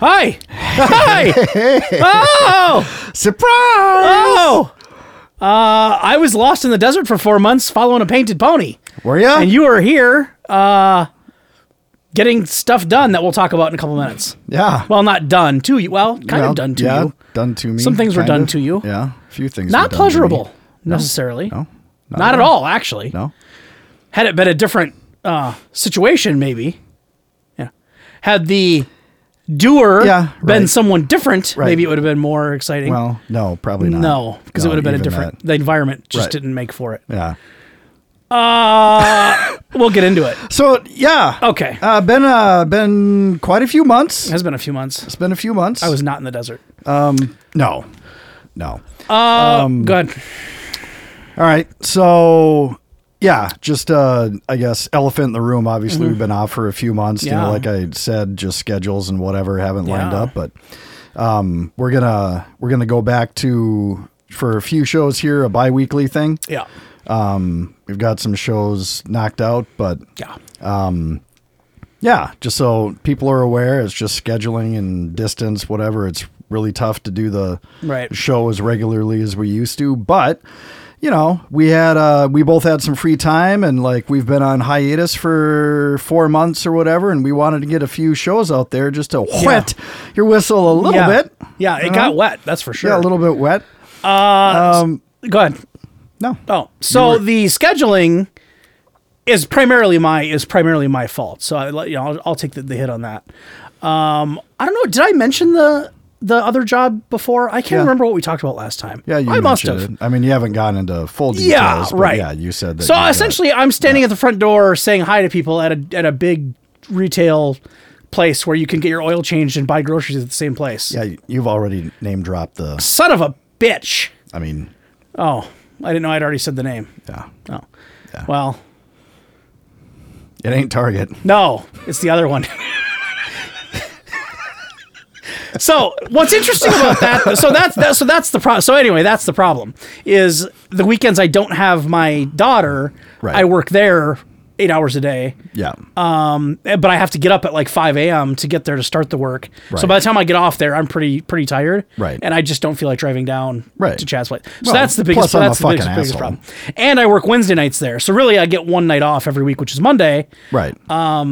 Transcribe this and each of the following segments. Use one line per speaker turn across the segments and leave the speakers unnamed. Hi! Hi! Oh!
Surprise!
Oh! Uh, I was lost in the desert for four months following a painted pony.
Were ya?
And you are here, uh, getting stuff done that we'll talk about in a couple minutes.
yeah.
Well, not done to you. Well, kind
Well,
of done to
yeah,
you.
Done to me.
Some things were
kind
done
of.
to you.
Yeah. A few things. were done
Not
to me.
pleasurable, necessarily.
No.
Not, at all, actually.
No.
Had it been a different uh, situation, maybe. Yeah. Had the doer
Yeah,
been
right.
someone different,
Right.
maybe it would have been more exciting.
Well, no, probably not.
no, because it
No,
would have been a
even
different.
that.
The environment just
Right.
didn't make for it.
Yeah.
We'll get into it.
So yeah.
Okay.
Uh, been uh, been quite a few months.
It has been a few months.
It's been a few months. Um,
I was not in the desert.
no, no. Um,
Go ahead.
All right. So yeah, just uh I guess elephant in the room. Obviously we've been off for a few months, you
Mm-hmm. Yeah.
know, like I said, just schedules and whatever haven't lined
Yeah.
up, but um we're gonna we're gonna go back to for a few shows here, a bi weekly thing.
Yeah.
We've got some shows knocked out, but
Yeah.
yeah, just so people are aware, it's just scheduling and distance, whatever. It's really tough to do the
Right.
show as regularly as we used to, but you know, we had uh we both had some free time and like we've been on hiatus for 4 months or whatever and we wanted to get a few shows out there just to wet your whistle a little
yeah.
bit.
Yeah, it
You know?
got wet. That's for sure.
Yeah, a little bit wet.
Go ahead.
No.
Oh, so the scheduling is primarily my is primarily my fault. So I let- you know I'll, I'll take the, the hit on that. Um, I don't know. Did I mention the the other job before? I can't
Yeah.
remember what we talked about last time.
Yeah, you
I must
mentioned
have.
it. I mean, you haven't gone into full details,
Yeah,
but
right.
yeah, you said that.
So
you uh, got-
essentially, I'm standing at the front door saying hi to people at a at a big retail place where you can get your oil changed and buy groceries at the same place.
yeah, you've already name dropped the
Son of a bitch.
I mean,
Oh, I didn't know I'd already said the name.
yeah.
Oh.
Yeah.
Well,
It ain't Target.
No, it's the other one. so what's interesting about that? So that's that, so that's the problem. So anyway, that's the problem. Is the weekends I don't have my daughter.
Right.
I work there eight hours a day,
Yeah.
eh, but I have to get up at like five a.m. to get there to start the work. So
Right.
by the time I get off there, I'm pretty pretty tired.
Right.
And I just don't feel like driving down
Right.
to Chad's place. So
Well,
that's the biggest.
plus I'm a
that's the biggest,
fucking
biggest
asshole.
problem. And I work Wednesday nights there. So really, I get one night off every week, which is Monday
right.
uh,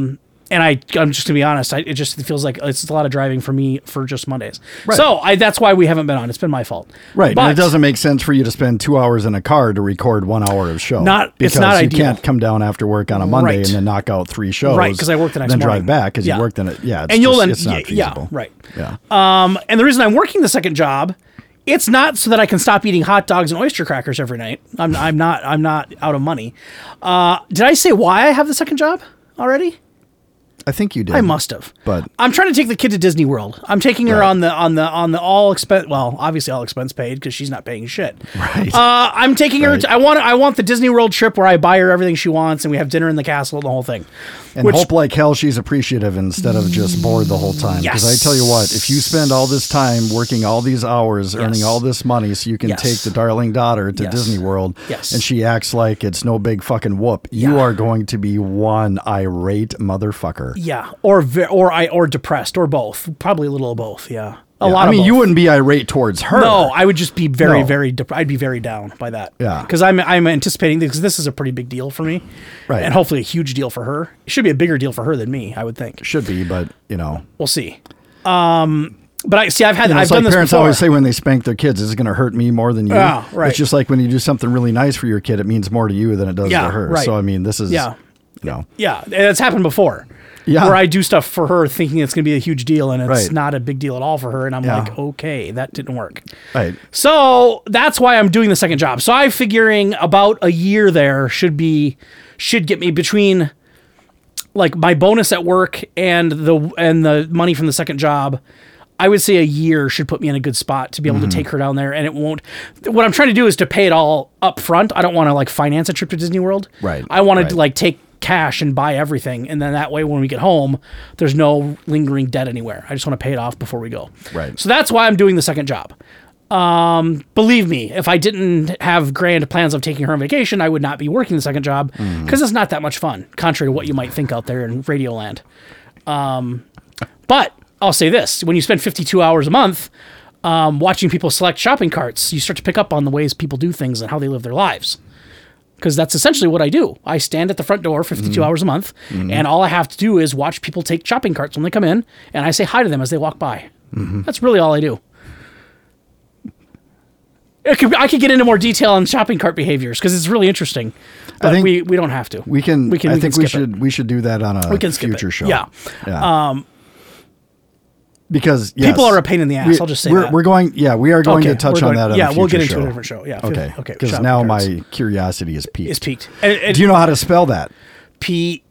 and I, I'm just gonna be honest. I, it just feels like it's a lot of driving for me for just Mondays.
Right.
So I, that's why we haven't been on. It's been my fault.
right.
But
and it doesn't make sense for you to spend two hours in a car to record one hour of show.
Not- it's
because
not
you
ideal.
can't come down after work on a Monday
Right.
and then knock out three shows.
Right, 'cause I work the next
Then
morning.
drive back because
Yeah.
you worked in it. Yeah. It's
and you'll
just-
end.
It's not
yeah,
feasible.
yeah, right.
Yeah.
Um, and the reason I'm working the second job, it's not so that I can stop eating hot dogs and oyster crackers every night. I'm, I'm not. I'm not out of money. Uh, did I say why I have the second job already?
I think you did.
I must have.
But-
I'm trying to take the kid to Disney World. I'm taking her
Right.
on the on the on the all expense. Well, obviously all expense paid because she's not paying shit.
Right.
Uh, I'm taking her.
Right.
To, I want. I want the Disney World trip where I buy her everything she wants and we have dinner in the castle and the whole thing.
and hope like hell she's appreciative instead of just bored the whole time. Because I tell you what, if you spend all this time working all these hours, earning
Yes.
all this money so you can
Yes.
take the darling daughter to
Yes.
Disney World
Yes.
and she acts like it's no big fucking whoop, you
Yeah.
are going to be one irate motherfucker.
yeah, or ve- or I or depressed or both. Probably a little of both. Yeah, a
Yeah, I
lot. of
mean, you
both.
wouldn't be irate towards her.
No, I would just be very,
No.
very. Dep- I'd be very down by that.
Yeah.
because I'm I'm anticipating because this is a pretty big deal for me,
Right.
And hopefully a huge deal for her. It should be a bigger deal for her than me. I would think.
should be, but you know,
We'll see. Um, but I see. I've had.
you know,
I've
it's
done
like
this
parents
before.
always say when they spank their kids, "Is it going to hurt me more than you?"
Yeah, right.
It's just like when you do something really nice for your kid, it means more to you than it does
Yeah,
to her.
right.
So I mean, this is
Yeah.
you know,
Yeah, and it's happened before.
Yeah.
Where I do stuff for her thinking it's going to be a huge deal and it's
Right.
not a big deal at all for her. And I'm
Yeah.
like, okay, that didn't work.
right,
So that's why I'm doing the second job. So I'm figuring about a year there should be, should get me between like my bonus at work and the, and the money from the second job. I would say a year should put me in a good spot to be
Mm-hmm.
able to take her down there, and it won't. What I'm trying to do is to pay it all up front. I don't want to like finance a trip to Disney World.
Right,
I want
right.
to like take cash and buy everything, and then that way when we get home, there's no lingering debt anywhere. I just want to pay it off before we go.
Right.
So that's why I'm doing the second job. Um, believe me, if I didn't have grand plans of taking her on vacation, I would not be working the second job because it's not that much fun, contrary to what you might think out there in radio land. Um, But I'll say this: when you spend 52 hours a month um, watching people select shopping carts, you start to pick up on the ways people do things and how they live their lives. Because that's essentially what I do. I stand at the front door 52
Mm-hmm.
hours a month, and all I have to do is watch people take shopping carts when they come in, and I say hi to them as they walk by.
Mm-hmm.
That's really all I do. It could, I could get into more detail on shopping cart behaviors because it's really interesting. But
think
we, we don't have to.
We can, I think we
skip it.
should we should do that on a
We can skip
future
it.
show.
Yeah. Uh,
Yeah. Um because yes,
People are a pain in the ass,
we-
I'll just say
we're,
that.
We're going yeah, we are going
Okay,
to touch
we're
on
going-
that on
yeah,
a
we'll
future
get into
show.
a different show. Yeah,
Okay.
okay,
Cuz
shopping
now
carts.
my curiosity is peaked.
It's peaked. And, and
Do you know how to spell that?
P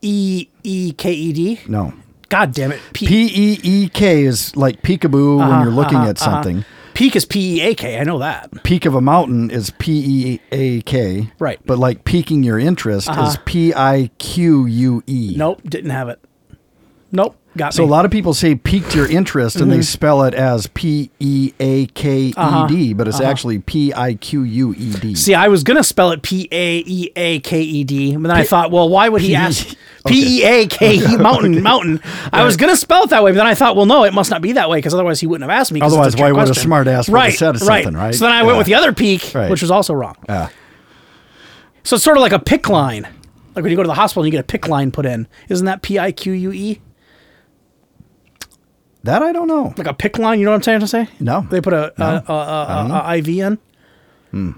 E E K E D?
No.
God damn it. P-
P E E K is like peekaboo when
Uh-huh,
you're looking at something.
Peak is P E A K. I know that.
Peak of a mountain is P E A K.
Right. Uh-huh.
But like piquing your interest is P I Q U E.
Nope, didn't have it. Nope, got
So
me.
a lot of people say piqued your interest and
Mm-hmm.
they spell it as P E A K E D, but it's actually P I Q U E D.
Uh-huh. See, I was gonna spell it P A E A K E D, but then I thought, well, why would he ask P E A K E mountain mountain? I was gonna spell it that way, but then I thought, well, no, it must not be that way because otherwise he wouldn't have asked me. 'cause it's a
Otherwise,
trick
why would a
question.
smart ass would have
right,
said
right.
something, right?
So then I went
Yeah.
with the other peak,
Right.
which was also wrong.
Yeah.
So it's sort of like a pick line, like when you go to the hospital and you get a pick line put in. Isn't that P I Q U E?
That I don't know.
Like a pick line. You know what I'm trying to say?
No.
They put a, a, a, a, a, IV in.
Hmm.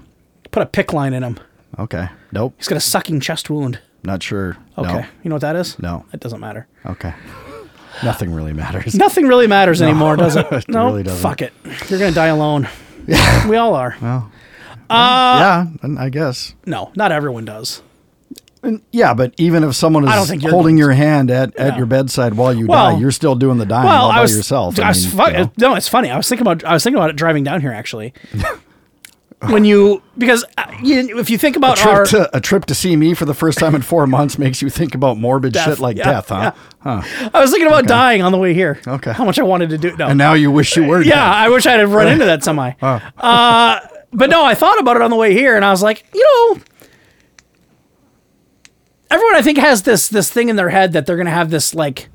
Put a pick line in him.
Okay. Nope.
He's got a sucking chest wound.
Not sure.
Okay.
No.
You know what that is?
No.
It doesn't matter.
Okay. Nothing really matters.
Nothing really matters anymore, does it?
It
No.
really doesn't.
Fuck it. You're gonna die alone. we all are.
Yeah, and I guess.
No, not everyone does.
Yeah, but even if someone is
I don't think you're
holding
going
your hand at, at
No.
your bedside while you
Well-
die, you're still doing the dying all by yourself.
I was
mean,
fu-
you know.
No, it's funny. I was thinking about I was thinking about it driving down here actually. when you because uh, you, if you think about
trip
our
to, a trip to see me for the first time in four months makes you think about morbid
Death,
shit like
yeah,
death, huh?
I was thinking about dying on the way here.
Okay.
How much I wanted to do no.
And now you wish you were.
yeah,
dead.
I wish I'd have run into that semi. Uh, but no, I thought about it on the way here, and I was like, you know, everyone I think has this this thing in their head that they're gonna have this like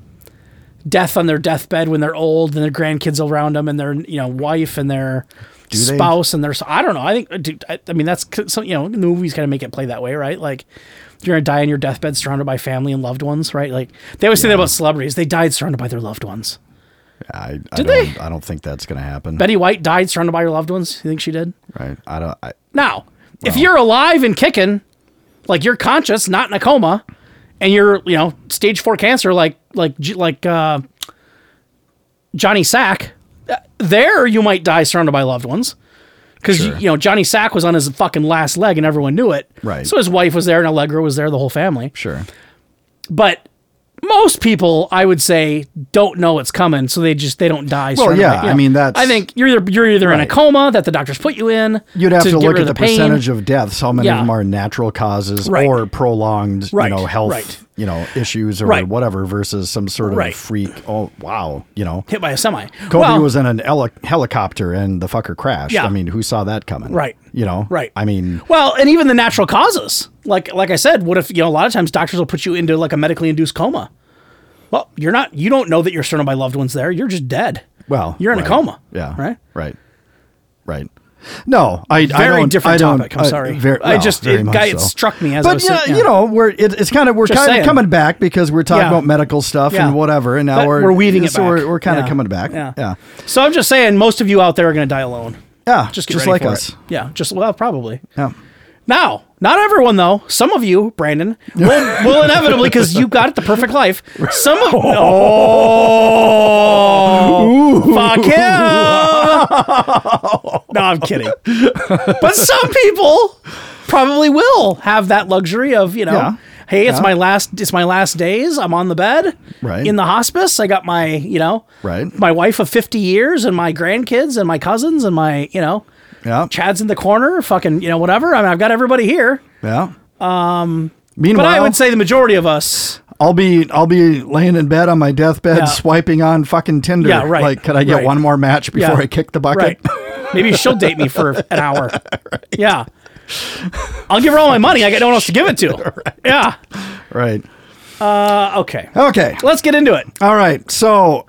death on their deathbed when they're old and their grandkids around them and their you know wife and their
they?
spouse and their I don't know. I think dude, I, I mean that's c- so you know the movies kind of make it play that way, right? Like. You're gonna die on your deathbed, surrounded by family and loved ones, right? Like they always say that about celebrities. They died surrounded by their loved ones.
I, I
Did
don't,
they?
I don't think that's going to happen.
Betty White died surrounded by her loved ones. You think she did?
right? I don't. I,
Now, if you're alive and kicking, like you're conscious, not in a coma, and you're you know stage four cancer, like like J- like uh, Johnny Sack, uh, there you might die surrounded by loved ones. Because
Sure.
you know Johnny Sack was on his fucking last leg and everyone knew it.
Right.
So his wife was there and Allegra was there, the whole family.
sure.
But most people, I would say, don't know it's coming, so they just they don't die.
Well,
surrounded by-
yeah,
you
I
know.
mean, that's-
I think you're either, you're either in a
Right.
coma that the doctors put you in.
You'd have to,
get
look
rid
at
of
the
pain.
percentage of deaths. How many
Yeah.
of them are natural causes
Right.
or prolonged,
Right,
you know, health,
right.
you know, issues or
Right.
whatever, versus some sort of
Right.
freak. Oh wow, you know,
hit by a semi.
Kobe
Well,
was in an heli- helicopter and the fucker crashed.
Yeah.
I mean, who saw that coming?
Right.
You know.
Right.
I mean,
Well, and even the natural causes, like like I said, what if you know a lot of times doctors will put you into like a medically induced coma. Well, you're not. You don't know that you're surrounded by loved ones there. You're just dead.
well,
you're in
right.
a coma.
Yeah.
Right.
Right. Right. No, I I
Very
don't,
different
I don't,
topic. I'm
I-
sorry.
ver-
I
well,
just
very
it,
much
guy, it
so.
struck me as I
But
was
yeah,
sit- yeah.
you know, we're it, it's kind of we're
Just
kind of
saying.
coming back because we're talking
Yeah.
about medical stuff
Yeah.
and whatever, and now
That-
we're
we're weaving it
so
back.
We're, we're kind of
Yeah.
coming back.
Yeah.
yeah,
So I'm just saying, most of you out there are going to die alone.
yeah. Just,
Just get
just
ready
like
for
us.
it. Yeah. Just well, probably.
Yeah.
Now, not everyone though. Some of you, Brandon, will, will inevitably because you got the perfect life. Some of
Oh.
oh, fuck him. No, I'm kidding. But some people probably will have that luxury of you know
Yeah.
Hey, it's
Yeah.
my last. It's my last days. I'm on the bed.
Right.
In the hospice, I got my you know.
Right.
My wife of fifty years and my grandkids and my cousins and my you know.
Yeah.
Chad's in the corner. Fucking you know whatever. I mean, I've got everybody here.
Yeah. Um.
But
Meanwhile,
I would say the majority of us.
I'll be I'll be laying in bed on my deathbed,
Yeah.
swiping on fucking Tinder.
Yeah, right,
Like, could I get
right.
one more match before
Yeah,
I kick the bucket?
Right. Maybe she'll date me for an hour. Yeah. I'll give her all my money. I got no one else to give it to. Yeah.
Right.
Uh, okay.
Okay.
Let's get into it.
All right. So,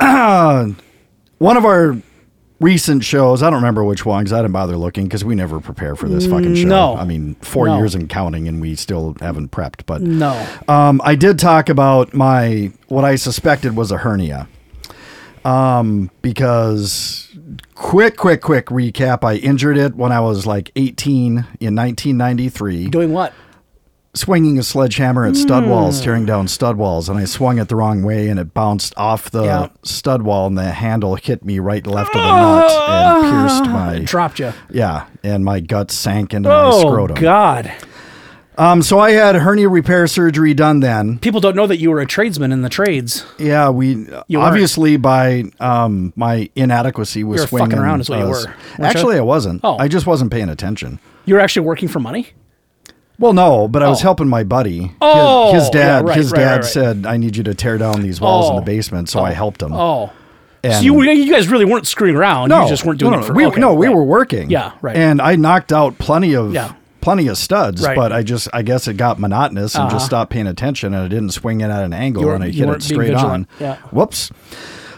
one of our recent shows, I don't remember which one because I didn't bother looking because we never prepare for this fucking show.
No.
I mean, four
No.
years and counting, and we still haven't prepped. But
No.
um, I did talk about my what I suspected was a hernia. Um, because quick, quick, quick recap. I injured it when I was like 18 in 1993
Doing what?
swinging a sledgehammer at stud walls,
Hmm.
tearing down stud walls, and I swung it the wrong way, and it bounced off the
Yeah. Ah.
stud wall, and the handle hit me right left of the nut and pierced my
Dropped you.
yeah, and my gut sank into my
Oh,
scrotum.
God.
Um, so I had hernia repair surgery done then.
People don't know that you were a tradesman in the trades.
Yeah, we
You weren't.
obviously by um my inadequacy was
You were fucking
swinging
around is what you
uh,
were,
s-
weren't you?
Actually, I wasn't.
Oh.
I just wasn't paying attention.
You were actually working for money?
Well, no, but I was
Oh.
helping my buddy. His-
Oh,
his,
yeah,
dad.
right,
his
right,
dad
right, right.
said, "I need you to tear down these walls in
Oh.
the basement," so I helped him.
Oh. so
And-
you, you guys really weren't screwing around. you just weren't doing
no,
it
no,
for
we,
okay,
no, we
right.
were working.
Yeah, right.
And I knocked out plenty of
Yeah.
plenty of studs,
Right. Uh-huh.
but I just I guess it got monotonous and just stopped paying attention, and I didn't swing it at an angle,
You
and
weren't-
I
you
hit
weren't
it
being
straight
vigilant.
on.
Yeah.
Whoops.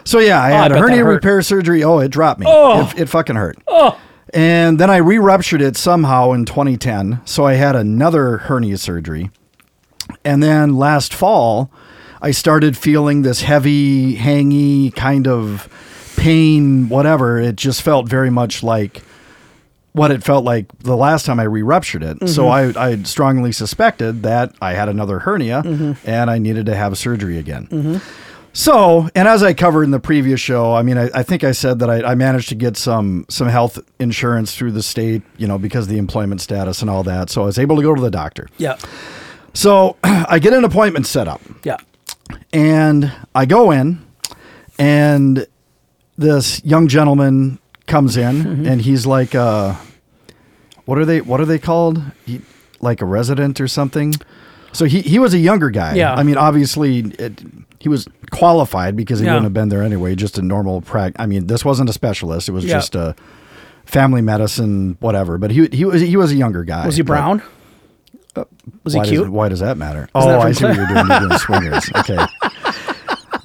So yeah, I
Oh, I
had
bet
a
that
hernia
hurt.
repair surgery. Oh, it dropped me.
Oh.
It, it fucking hurt. And then I re-ruptured it somehow in 2010. So I had another hernia surgery. And then last fall, I started feeling this heavy, hangy kind of pain, whatever. It just felt very much like what it felt like the last time I re ruptured it. So I,
Mm-hmm.
I strongly suspected that I had another hernia
Mm-hmm.
and I needed to have surgery again. So, and as I covered in the previous show, I mean, I, I think I said that I, I managed to get some some health insurance through the state, you know, because of the employment status and all that. So I was able to go to the doctor.
Yeah.
So I get an appointment set up
Yeah.
and I go in, and this young gentleman comes in,
Mm-hmm.
and he's like, uh, "What are they? What are they called? He, like a resident or something?" So he he was a younger guy.
Yeah.
I mean, obviously, it, he was qualified because he
Yeah.
wouldn't have been there anyway. Just a normal prac. I mean, this wasn't a specialist. It was
Yeah.
just a family medicine, whatever. But he he was he was a younger guy.
Was he
But-
brown? Was he
uh, why
cute?
Does, why does that matter?
Isn't that
oh,
from
I see what you're doing. You're doing swingers. Okay.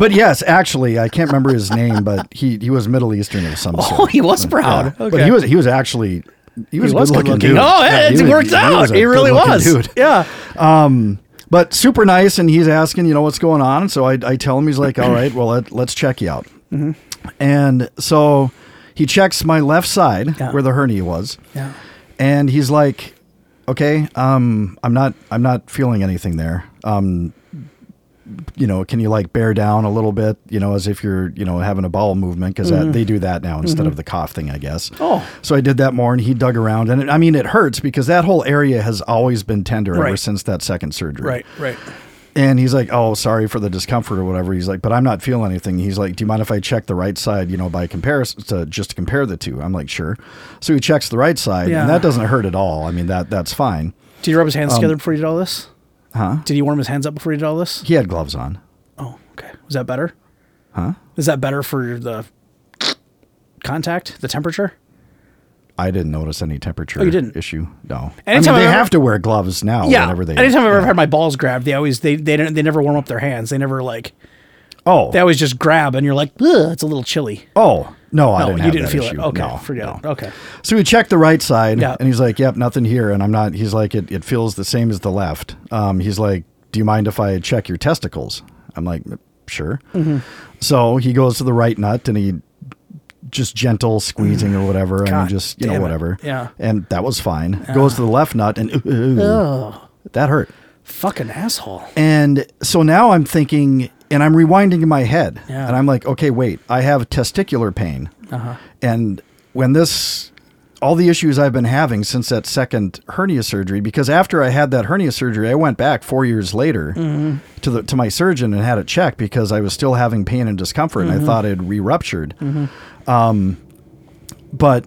But yes, actually, I can't remember his name, but he, he was Middle Eastern of some sort.
Oh, he was
Yeah.
brown. Okay.
But he was he was actually he was,
was
good looking
good-looking.
dude.
Oh,
Yeah,
it,
he
it
was-
worked out.
was a
He really
good-looking
was.
dude.
Yeah.
But super nice, and he's asking, you know, what's going on. So I, I tell him he's like, all right, well, let, let's check you out.
Mm-hmm.
And so he checks my left side
Yeah.
where the hernia was.
Yeah.
and he's like okay um i'm not i'm not feeling anything there um you know can you like bear down a little bit you know as if you're you know having a bowel movement because they do that now instead of the cough thing i guess
Mm-hmm. Oh.
so i did that more and he dug around and it, i mean it hurts because that whole area has always been tender ever
Right.
since that second surgery
Right. Right.
and he's like, "Oh, sorry for the discomfort or whatever." He's like, "But I'm not feeling anything." He's like, "Do you mind if I check the right side? You know, by comparison to just to compare the two? I'm like, "Sure." So he checks the right side,
Yeah.
and that doesn't hurt at all. I mean, that that's fine.
Did he rub his hands together before he did all this?
Um, Huh?
Did he warm his hands up before he did all this?
He had gloves on.
Oh, okay. Was that better? Huh? Is that better for the contact, the temperature?
I didn't notice any temperature
Oh, you didn't?
issue. No.
Anytime
I mean,
I've
they
ever-
have to wear gloves now. Whenever they.
Anytime I've ever had my balls grabbed, they always they they don't they never warm up their hands. They never like
oh.
they always just grab, and you're like, Ugh, it's a little chilly.
oh. No, I
Oh,
didn't.
you
have
didn't
that
feel
issue.
it. Okay,
No,
forget
no.
it. Okay.
So we checked the right side,
Yeah.
and he's like, "Yep, nothing here." And I'm not. He's like, "It, it feels the same as the left." Um, he's like, "Do you mind if I check your testicles?" I'm like, "Sure."
Mm-hmm.
So he goes to the right nut, and he just gentle squeezing or whatever,
God
and just you know
damn it.
whatever.
Yeah.
and that was fine. Goes to the left nut, and that hurt.
Fucking asshole.
And so now I'm thinking, and I'm rewinding in my head,
Yeah.
and I'm like, okay, wait, I have testicular pain, and when this all the issues I've been having since that second hernia surgery. Because after I had that hernia surgery, I went back four years later to the to my surgeon and had it checked because I was still having pain and discomfort, and I thought it had re-ruptured. Um, but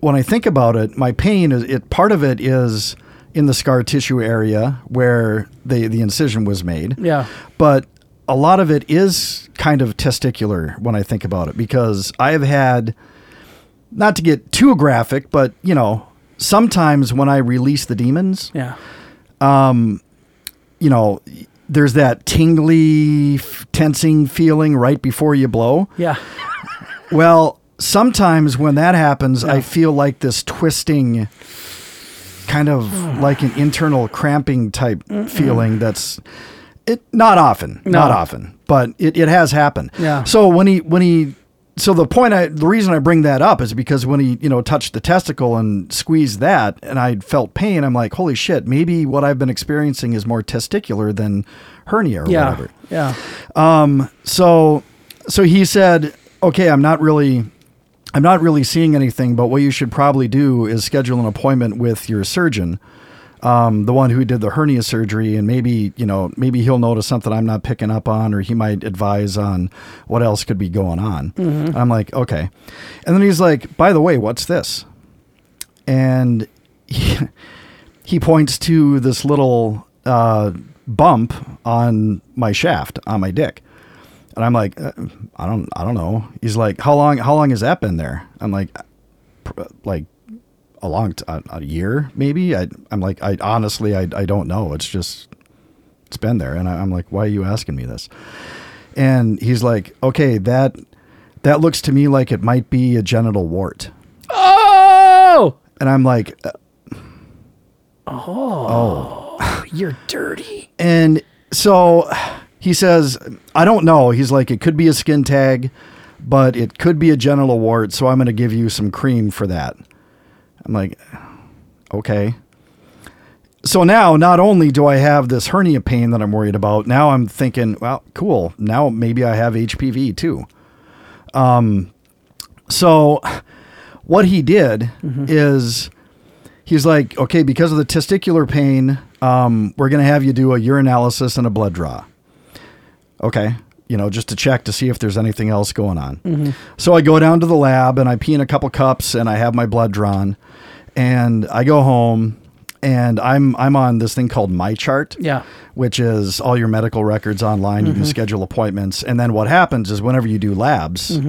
when I think about it, my pain is it part of it is in the scar tissue area where the the incision was made.
Yeah.
But a lot of it is kind of testicular when I think about it because I have had not to get too graphic, but you know, sometimes when I release the demons,
Yeah.
you know, there's that tingly f- tensing feeling right before you blow.
Yeah.
Well, sometimes when that happens, I feel like this twisting, kind of like an internal cramping type feeling. That's it. Not often. Not often, but it, it has happened.
Yeah.
So when he when he so the point I the reason I bring that up is because when he you know touched the testicle and squeezed that and I felt pain. I'm like, holy shit, maybe what I've been experiencing is more testicular than hernia or
Yeah.
whatever
Yeah.
so so he said okay i'm not really i'm not really seeing anything but what you should probably do is schedule an appointment with your surgeon um, the one who did the hernia surgery and maybe you know maybe he'll notice something i'm not picking up on or he might advise on what else could be going on i'm like okay and then he's like by the way what's this and he, he points to this little uh, bump on my shaft on my dick and I'm like, uh, I don't, I don't know. He's like, how long, how long has that been there? I'm like, pr- like a long, t- a, a year maybe. I, I'm like, I honestly, I, I don't know. It's just, it's been there. And I, I'm like, why are you asking me this? And he's like, okay, that, that looks to me like it might be a genital wart.
Oh,
And I'm like, "Uh,
you're dirty.
And so he says, I don't know. He's like, it could be a skin tag, but it could be a genital wart. So I'm going to give you some cream for that. I'm like, okay. So now, not only do I have this hernia pain that I'm worried about, now I'm thinking, well, cool. Now maybe I have HPV too. Um, so what he did is he's like, okay, because of the testicular pain, um, we're going to have you do a urinalysis and a blood draw. Okay. You know, just to check to see if there's anything else going on. So I go down to the lab and I pee in a couple cups and I have my blood drawn and I go home and I'm I'm on this thing called my chart
Yeah.
which is all your medical records online. You can schedule appointments. And then what happens is whenever you do labs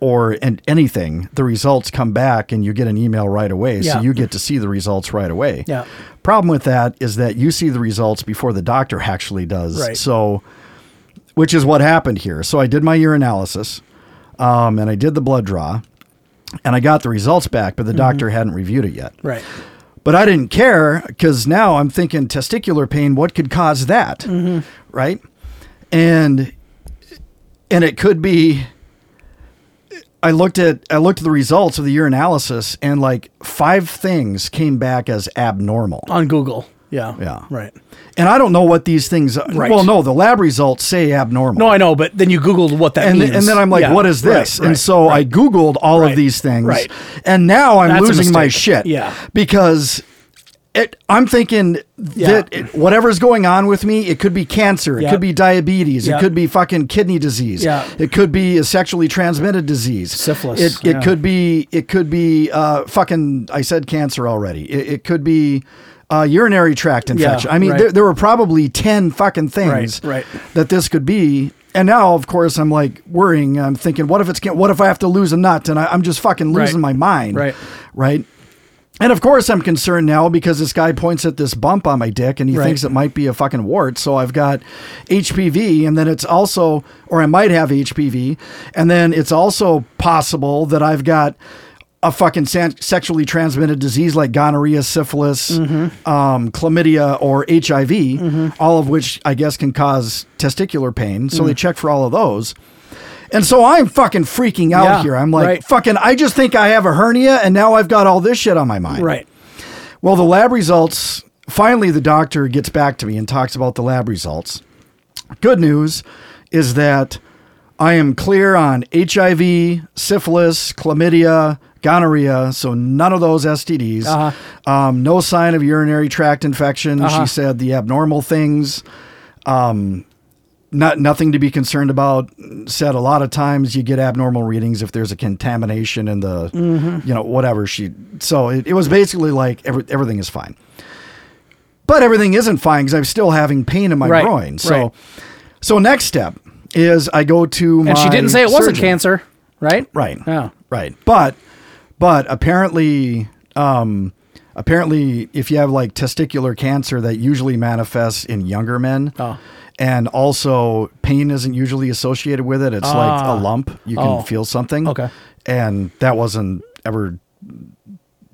or and anything, the results come back and you get an email right away.
Yeah.
So you get to see the results right away.
Yeah.
Problem with that is that you see the results before the doctor actually does.
Right.
So which is what happened here. So I did my urinalysis um, and I did the blood draw and I got the results back, but the
Mm-hmm.
doctor hadn't reviewed it yet.
Right.
But I didn't care because now I'm thinking testicular pain. What could cause that? Right, and and it could be. I looked at I looked at the results of the urinalysis, and like five things came back as abnormal.
On Google. Yeah.
Yeah.
Right.
And I don't know what these things. are.
Right.
Well, no, the lab results say abnormal.
No, I know, but then you Googled what that
and,
means.
and then I'm like,
Yeah.
what is
Right,
this?
right,
and so
right.
I Googled all
Right.
of these things.
Right.
And now I'm
That's a
losing my
mistake.
shit.
Yeah.
Because it, I'm thinking
Yeah.
that it, whatever's going on with me, it could be cancer,
Yeah.
it could be diabetes,
Yeah.
it could be fucking kidney disease,
Yeah.
it could be a sexually transmitted disease,
Syphilis,
It, it
yeah.
could be it could be uh, fucking. I said cancer already. It, it could be uh, urinary tract infection. I mean,
right.
there, there were probably ten fucking things
Right, right.
that this could be. And now, of course, I'm like worrying. I'm thinking, what if it's what if I have to lose a nut? And I, I'm just fucking
Right.
losing my mind,
Right.
Right. And of course, I'm concerned now because this guy points at this bump on my dick and he
Right.
thinks it might be a fucking wart. So I've got HPV, and then it's also, or I might have HPV, and then it's also possible that I've got a fucking san- sexually transmitted disease like gonorrhea, syphilis,
Mm-hmm.
um, chlamydia, or HIV, all of which I guess can cause testicular pain. So they
Mm.
check for all of those. And so I'm fucking freaking out
Yeah,
here. I'm like,
right.
fucking, I just think I have a hernia and now I've got all this shit on my mind.
Right.
Well, the lab results finally, the doctor gets back to me and talks about the lab results. Good news is that I am clear on HIV, syphilis, chlamydia, gonorrhea, so none of those STDs.
Uh-huh.
Um, no sign of urinary tract infection.
Uh-huh.
She said the abnormal things. Um, not nothing to be concerned about. Said a lot of times you get abnormal readings if there's a contamination in the,
Mm-hmm.
you know, whatever she. So it, it was basically like every, everything is fine, but everything isn't fine because I'm still having pain in my
Right,
groin. So,
right.
so next step is I go to my
And she didn't say it wasn't
surgeon.
cancer, Oh. right?
Right.
Yeah.
Right. But but apparently um apparently if you have like testicular cancer that usually manifests in younger men.
Oh.
And also pain isn't usually associated with it. It's like
Ah.
a lump. You can
Oh.
feel something.
Okay.
And that wasn't ever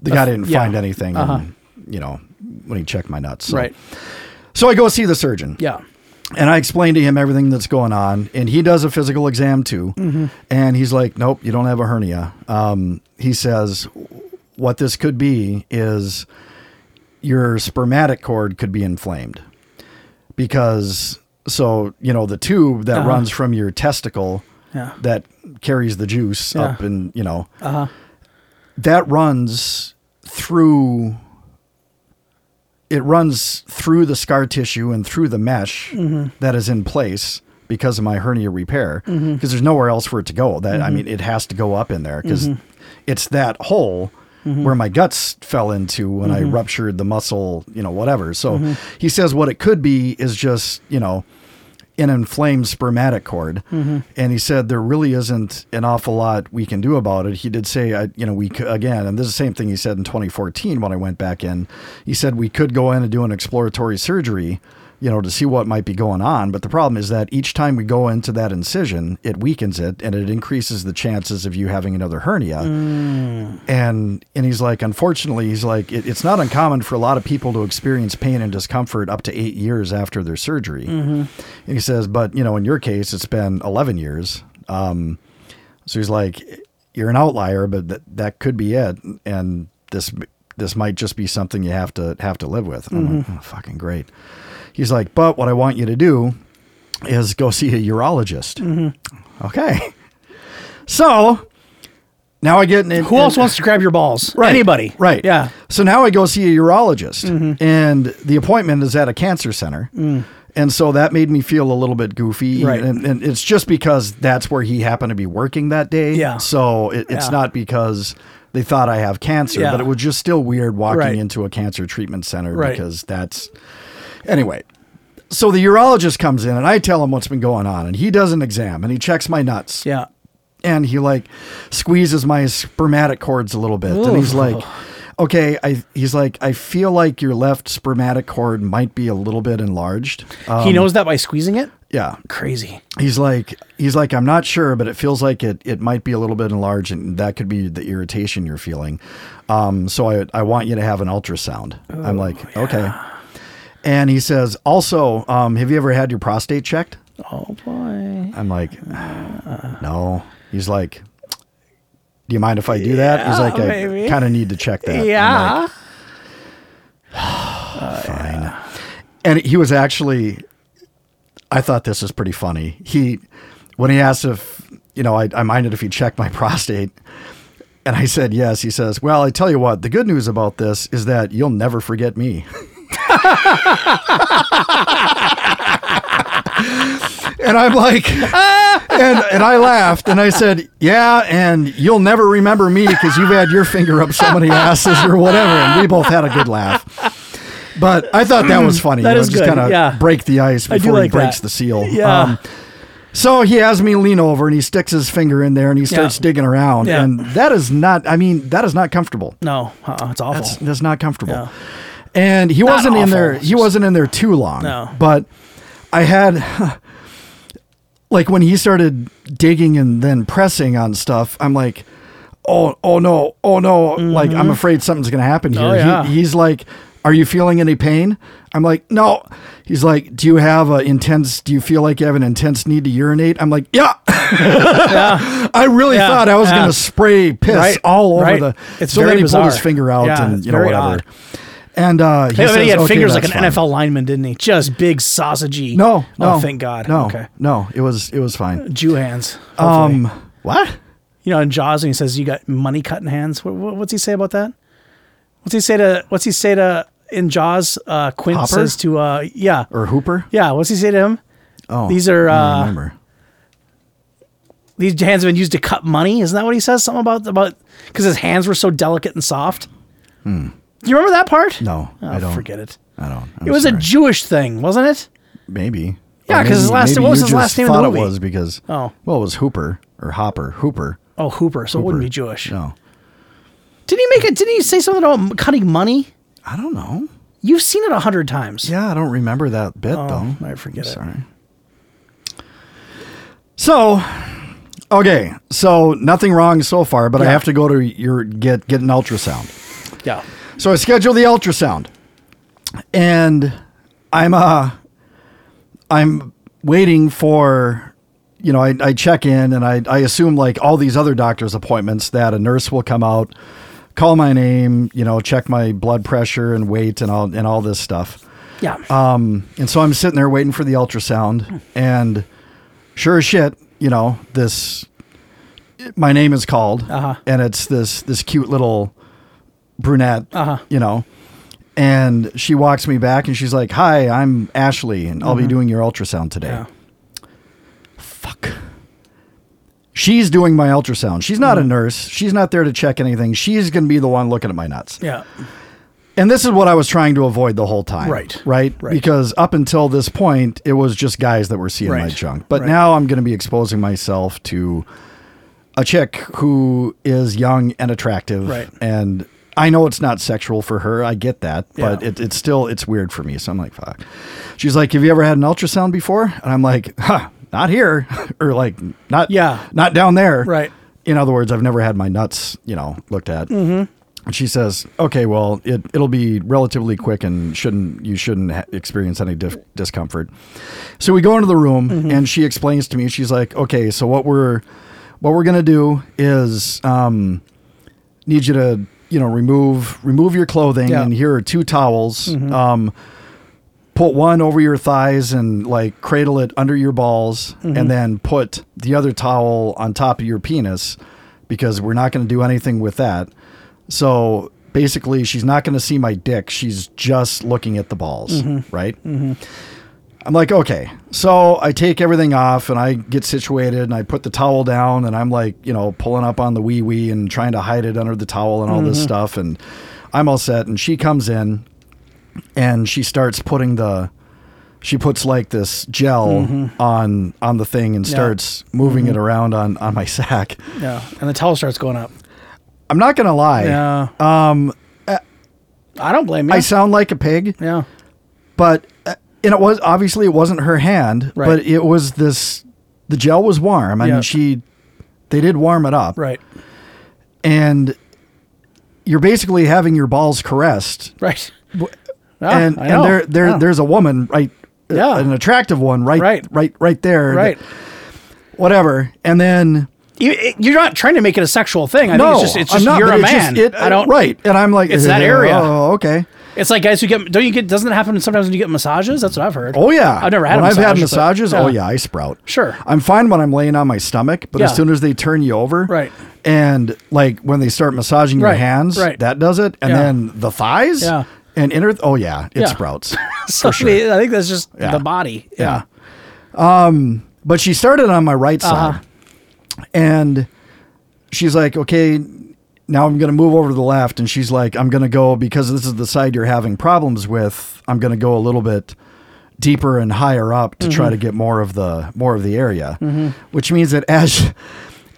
the guy didn't
yeah.
find anything
Uh-huh.
and, you know when he checked my nuts. So-
Right.
So I go see the surgeon.
Yeah.
And I explained to him everything that's going on, and he does a physical exam too.
Mm-hmm.
And he's like, "Nope, you don't have a hernia." Um, he says, "What this could be is your spermatic cord could be inflamed because so you know the tube that
Uh-huh.
runs from your testicle
Yeah.
that carries the juice
Yeah. Uh-huh.
up and you know that runs through." it runs through the scar tissue and through the mesh that is in place because of my hernia repair because there's nowhere else for it to go that i mean it has to go up in there because it's that hole where my guts fell into when i ruptured the muscle you know whatever so he says what it could be is just you know an inflamed spermatic cord. And he said there really isn't an awful lot we can do about it. He did say, I, you know, we could, again, and this is the same thing he said in 2014 when I went back in. He said we could go in and do an exploratory surgery, you know, to see what might be going on. But the problem is that each time we go into that incision, it weakens it and it increases the chances of you having another hernia and and he's like, unfortunately, he's like, it, it's not uncommon for a lot of people to experience pain and discomfort up to eight years after their surgery.
Mm-hmm.
And he says, but you know, in your case, it's been eleven years. Um, so he's like, you're an outlier, but that that could be it, and this this might just be something you have to have to live with. And I'm
Mm-hmm.
like, oh, fucking great. He's like, but what I want you to do is go see a urologist.
Mm-hmm.
Okay. So now I get in.
Who else wants to grab your balls?
Right.
Anybody.
Right.
Yeah. Mm-hmm.
So now I go see a urologist, and the appointment is at a cancer center. And so that made me feel a little bit goofy.
Mm. Right.
And, and it's just because that's where he happened to be working that day.
Yeah.
So it, it's
Yeah.
not because they thought I have cancer,
Yeah.
but it was just still weird walking
Right.
into a cancer treatment center
Right.
because that's. Anyway. So the urologist comes in and I tell him what's been going on, and he does an exam and he checks my nuts
Yeah.
and he like squeezes my spermatic cords a little bit and he's
Ooh.
like okay i he's like i feel like your left spermatic cord might be a little bit enlarged um,
he knows that by squeezing it.
yeah
Crazy.
he's like he's like i'm not sure but it feels like it it might be a little bit enlarged and that could be the irritation you're feeling um so i i want you to have an ultrasound i'm
Oh,
like okay and he says also um have you ever had your prostate checked
Oh boy.
I'm like, no. He's like, do you mind if I do that? He's
Yeah,
like, I
maybe.
kind of need to check that. I'm like,
Yeah.
and he was actually, I thought this was pretty funny. He, when he asked if, you know, I, I minded if he checked my prostate. And I said, yes. He says, well, I tell you what, the good news about this is that you'll never forget me. and I'm like, and, and I laughed and I said, yeah, and you'll never remember me because you've had your finger up so many asses or whatever. And we both had a good laugh. But I thought that was funny.
Mm, That
you know,
is
just
good,
kind of
yeah.
break the ice
I do
before he
like that.
breaks the seal. Um,
Yeah.
so he has me lean over and he sticks his finger in there and he starts digging around.
Yeah.
And that is not, I mean, that is not comfortable.
no. Uh-uh, it's awful.
That's, that's not comfortable.
Yeah.
And he wasn't in
awful,
there.
it's
He
just-
wasn't in there too long.
No.
But I had, like, when he started digging and then pressing on stuff, I'm like, oh, oh no, oh no. Like, I'm afraid something's going to happen here.
Mm-hmm. Oh, yeah.
he, he's like, are you feeling any pain? I'm like, no. He's like, do you have a intense, do you feel like you have an intense need to urinate? I'm like, yeah. I really
Yeah,
thought I was
yeah.
going to spray piss
Right,
all over
right.
the.
It's
so
very
then he pulled his
bizarre.
finger out
Yeah,
and
it's
you know
very
whatever.
odd.
And uh, he,
Hey, but
says,
he had
"Okay,
fingers like an
that's fine."
NFL lineman, didn't he? Just big sausagey.
No, no,
Oh, thank God.
No,
Okay.
no, it was it was fine.
Jew hands. hopefully.
Um, what?
you know, in Jaws, and he says, "You got money cutting hands." What, what, what's he say about that? What's he say to? What's he say to? In Jaws, uh, Quint
Hopper?
says to, uh, yeah,
or Hooper.
yeah. What's he say to him?
Oh,
These are,
I don't
uh,
remember.
These hands have been used to cut money. Isn't that what he says? Something about about because his hands were so delicate and soft. Do you remember that part?
Hmm. No,
Oh,
I don't.
Forget it.
I don't. I'm
it was a
sorry.
Jewish thing, wasn't it?
maybe.
Yeah,
Or
'cause his
maybe-
last-
maybe
what was
you
his
just
last name in the
Thought it
movie?
was because
Oh.
well, it was Hooper or Hopper. Hooper.
Oh, Hooper. So it wouldn't
Hooper.
be Jewish.
No,
Didn't he make it? Didn't he say something about m- cutting money?
I don't know.
You've seen it a hundred times.
Yeah, I don't remember that bit though.
Oh, I forget it.
Sorry. So, okay, so nothing wrong so far, but I
Yeah.
have to go to your get get an ultrasound.
Yeah.
So I schedule the ultrasound, and I'm uh, I'm waiting for, you know, I, I check in and I I assume like all these other doctors' appointments that a nurse will come out, call my name, you know, check my blood pressure and weight and all and all this stuff.
Yeah.
Um, and so I'm sitting there waiting for the ultrasound, and sure as shit, you know, this. My name is called,
Uh-huh.
and it's this this cute little brunette,
Uh-huh.
you know, and she walks me back, and she's like, "Hi, I'm Ashley, and I'll be doing your ultrasound today."
Mm-hmm. yeah.
Fuck. She's doing my ultrasound. She's
Mm-hmm.
not a nurse. She's not there to check anything. She's gonna be the one looking at my nuts.
Yeah.
And this is what I was trying to avoid the whole time.
Right.
Right.
Right.
Because up until this point, it was just guys that were seeing my
Right.
junk. But
Right.
now I'm going to be exposing myself to a chick who is young and attractive.
Right.
And I know it's not sexual for her. I get that. But
Yeah.
it, it's still, it's weird for me. So I'm like, fuck. She's like, have you ever had an ultrasound before? And I'm like, huh, not here. or like, not,
Yeah.
not down there.
Right.
In other words, I've never had my nuts, you know, looked at. And she says, "Okay, well, it it'll be relatively quick, and shouldn't you shouldn't ha- experience any dif- discomfort." So we go into the room, and she explains to me. She's like, "Okay, so what we're what we're gonna do is um, need you to you know remove remove your clothing,
Yeah.
and here are two towels. Um, put one over your thighs and like cradle it under your balls, and then put the other towel on top of your penis because we're not going to do anything with that. So basically, she's not going to see my dick. She's just looking at the balls, right? I'm like, okay. So I take everything off and I get situated and I put the towel down and I'm like, you know, pulling up on the wee wee and trying to hide it under the towel and all
Mm-hmm.
this stuff. And I'm all set. And she comes in and she starts putting the she puts like this gel on on the thing and
Mm-hmm. Yeah. Mm-hmm.
starts moving it around on on my sack.
Yeah. And the towel starts going up.
I'm not gonna lie.
Yeah. Um. I don't blame you.
uh, I sound like a pig,
yeah.
but uh, and it was obviously it wasn't her hand,
Right.
but it was this. The gel was warm. I
Yeah.
mean, she they did warm it up,
Right.
and you're basically having your balls caressed,
Right. Yeah,
and
I
and
know.
there there
Yeah.
there's a woman right, uh,
Yeah.
an attractive one right
Right.
right right right there, that-
right.
whatever, and then
You, it- you're not trying to make it a sexual thing. I
no,
think it's just, it's just
I'm not,
you're
but
a
it's just-
man.
it-
I don't.
right, and I'm like
It's that area.
Oh, okay.
It's like guys who get don't you get doesn't it happen sometimes when you get massages? That's what I've heard.
Oh yeah,
I've never had.
When
a
I've had
massage, but-
massages, oh yeah, I sprout.
Sure.
I'm fine when I'm laying on my stomach, but
Yeah.
as soon as they turn you over,
Right.
and like when they start massaging
Right,
your hands,
right.
that does it, and
Yeah.
then the thighs,
Yeah.
and inner, oh yeah, it
Yeah.
sprouts.
So I mean, I think that's just
Yeah.
the body.
yeah. Um, but she started on my right
Uh-huh.
side, and she's like, "Okay, now I'm going to move over to the left," and she's like, "I'm going to go because this is the side you're having problems with. I'm going to go a little bit." deeper and higher up to try to
Mm-hmm.
get more of the more of the area which means that as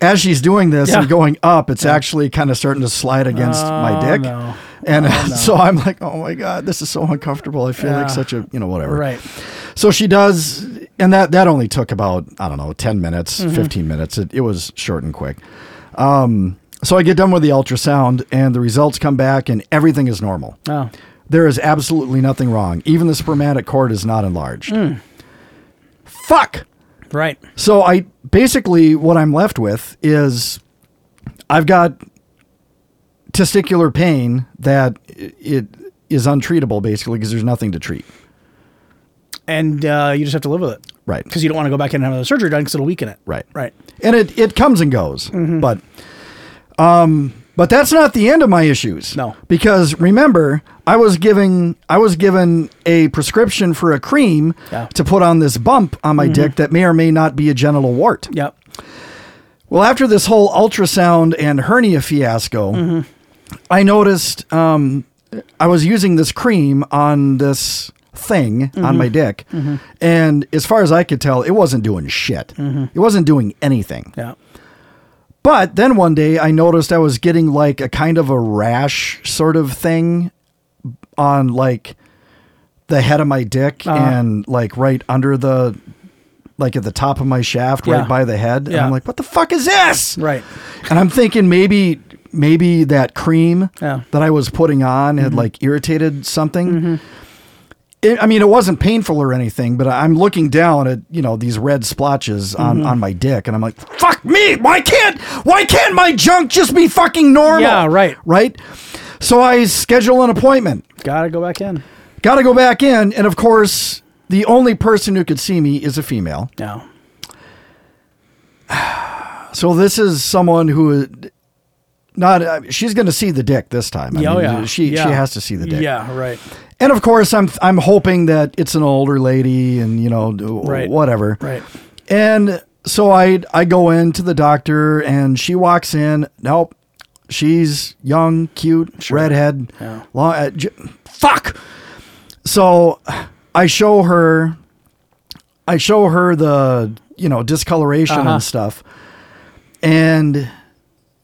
as she's doing this
Yeah.
and going up it's actually kind of starting to slide against my
Oh,
dick
no.
and so i'm like oh my god this is so uncomfortable i feel
Yeah.
like such a you know whatever
Right.
so she does and that that only took about i don't know 10 minutes 15 minutes it, it was short and quick um so i get done with the ultrasound and the results come back and everything is normal
Oh.
there is absolutely nothing wrong even the spermatic cord is not enlarged fuck
Right.
so i basically what i'm left with is i've got testicular pain that i- it is untreatable basically because there's nothing to treat
And uh, you just have to live with it.
Right.
because you don't want to go back in and have another surgery done because it'll weaken it.
Right.
Right.
and it it comes and goes.
Mm-hmm.
But um but that's not the end of my issues.
No.
Because remember, I was giving I was given a prescription for a cream
Yeah. Mm-hmm.
to put on this bump on my dick that may or may not be a genital wart.
Yep.
Well, after this whole ultrasound and hernia fiasco,
Mm-hmm.
I noticed um, I was using this cream on this thing on
Mm-hmm.
my dick, and as far as I could tell, it wasn't doing shit.
Mm-hmm.
It wasn't doing anything.
Yeah.
But then one day I noticed I was getting like a kind of a rash sort of thing on like the head of my dick
Uh-huh.
and like right under the like at the top of my shaft
Yeah.
right by the head and
Yeah.
I'm like what the fuck is this?
Right.
And I'm thinking maybe maybe that cream
Yeah. Mm-hmm.
that I was putting on had like irritated something. It, I mean, it wasn't painful or anything, but I'm looking down at you know these red splotches on,
Mm-hmm.
on my dick, and I'm like, "Fuck me! Why can't why can't my junk just be fucking normal?"
Yeah, right.
right. So I schedule an appointment.
Gotta go back in.
Got to go back in, and of course, the only person who could see me is a female.
No.
So this is someone who not uh, she's going to see the dick this time. I
Yeah, oh, yeah.
she
Yeah.
she has to see the dick.
Yeah. Right.
And of course, I'm I'm hoping that it's an older lady and you know d-
Right.
whatever.
Right.
And so I I go in to the doctor and she walks in. Nope. She's young, cute, redhead.
Yeah.
Long, uh, j- fuck. So I show her I show her the, you know, discoloration
Uh-huh.
and stuff. And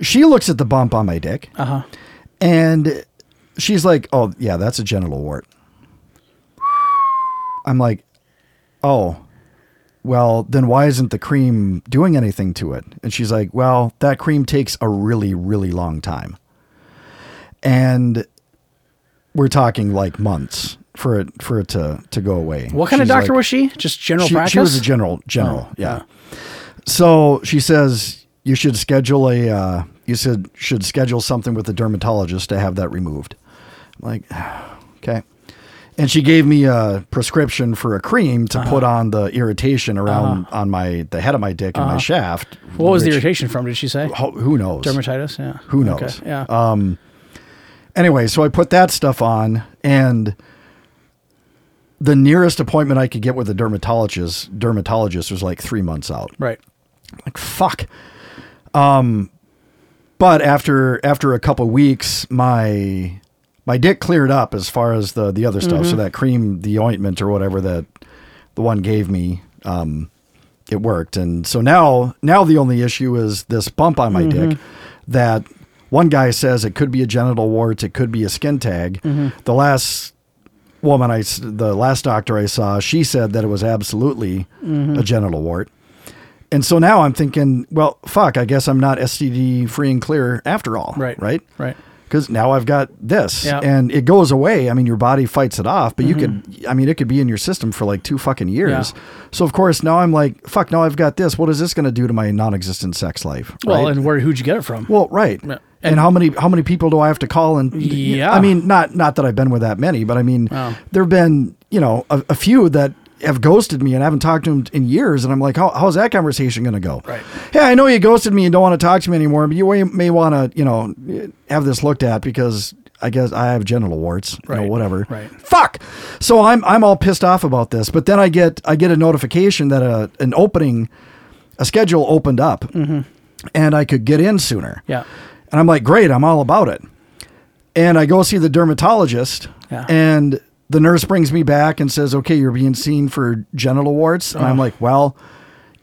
she looks at the bump on my dick.
Uh huh.
And she's like, "Oh, yeah, that's a genital wart." I'm like, "Oh, well, then why isn't the cream doing anything to it?" And she's like, "Well, that cream takes a really, really long time." And we're talking like months for it for it to to go away.
What kind
She's
of doctor
like-
was she? Just general Oh,
she,
practice.
she was a general general yeah. so she says you should schedule a uh, you said should schedule something with the dermatologist to have that removed I'm like okay and she gave me a prescription for a cream to put
Uh-huh.
on the irritation around on my the head of my dick and my shaft
Uh-huh. What was the
which-
irritation from? Did she say?
ho- who knows
Dermatitis. Yeah.
Who
Okay,
knows? Um,
Yeah.
anyway, so I put that stuff on, and the nearest appointment I could get with a dermatologist dermatologist was like three months out.
right.
Like fuck. Um, but after after a couple weeks, my my dick cleared up as far as the the other stuff. So that cream, the ointment or whatever that the one gave me, um, it worked. And so now now the only issue is this bump on my dick that one guy says it could be a genital wart, it could be a skin tag. The last woman I s- the last doctor I saw, she said that it was absolutely a genital wart. And so now I'm thinking, well, fuck, I guess I'm not STD free and clear after all.
Right.
Right
Right.
because now I've got this,
Yeah.
and it goes away. I mean, your body fights it off, but you could, I mean, it could be in your system for like two fucking years.
Mm-hmm. Yeah.
So of course now I'm like, fuck, now I've got this. What is this going to do to my non-existent sex life?
Well,
right?
and where? Who'd you get it from?
well, right.
Yeah.
And, how many how many people do I have to call? And
Yeah.
I mean, not not that I've been with that many, but I mean,
Wow.
there have been you know a, a few that have ghosted me and I haven't talked to them in years, and I'm like, how, how's that conversation going to go?
Right.
Hey, I know you ghosted me and don't want to talk to me anymore, but you may- may want to you know have this looked at because. I guess I have genital warts, you know,
Right.
whatever.
Right.
Fuck. So I'm I'm all pissed off about this, but then I get I get a notification that a an opening, a schedule opened up, and I could get in sooner.
Mm-hmm. yeah.
And I'm like, great, I'm all about it. And I go see the dermatologist,
Yeah.
and the nurse brings me back and says, okay, you're being seen for genital warts. And I'm like, well,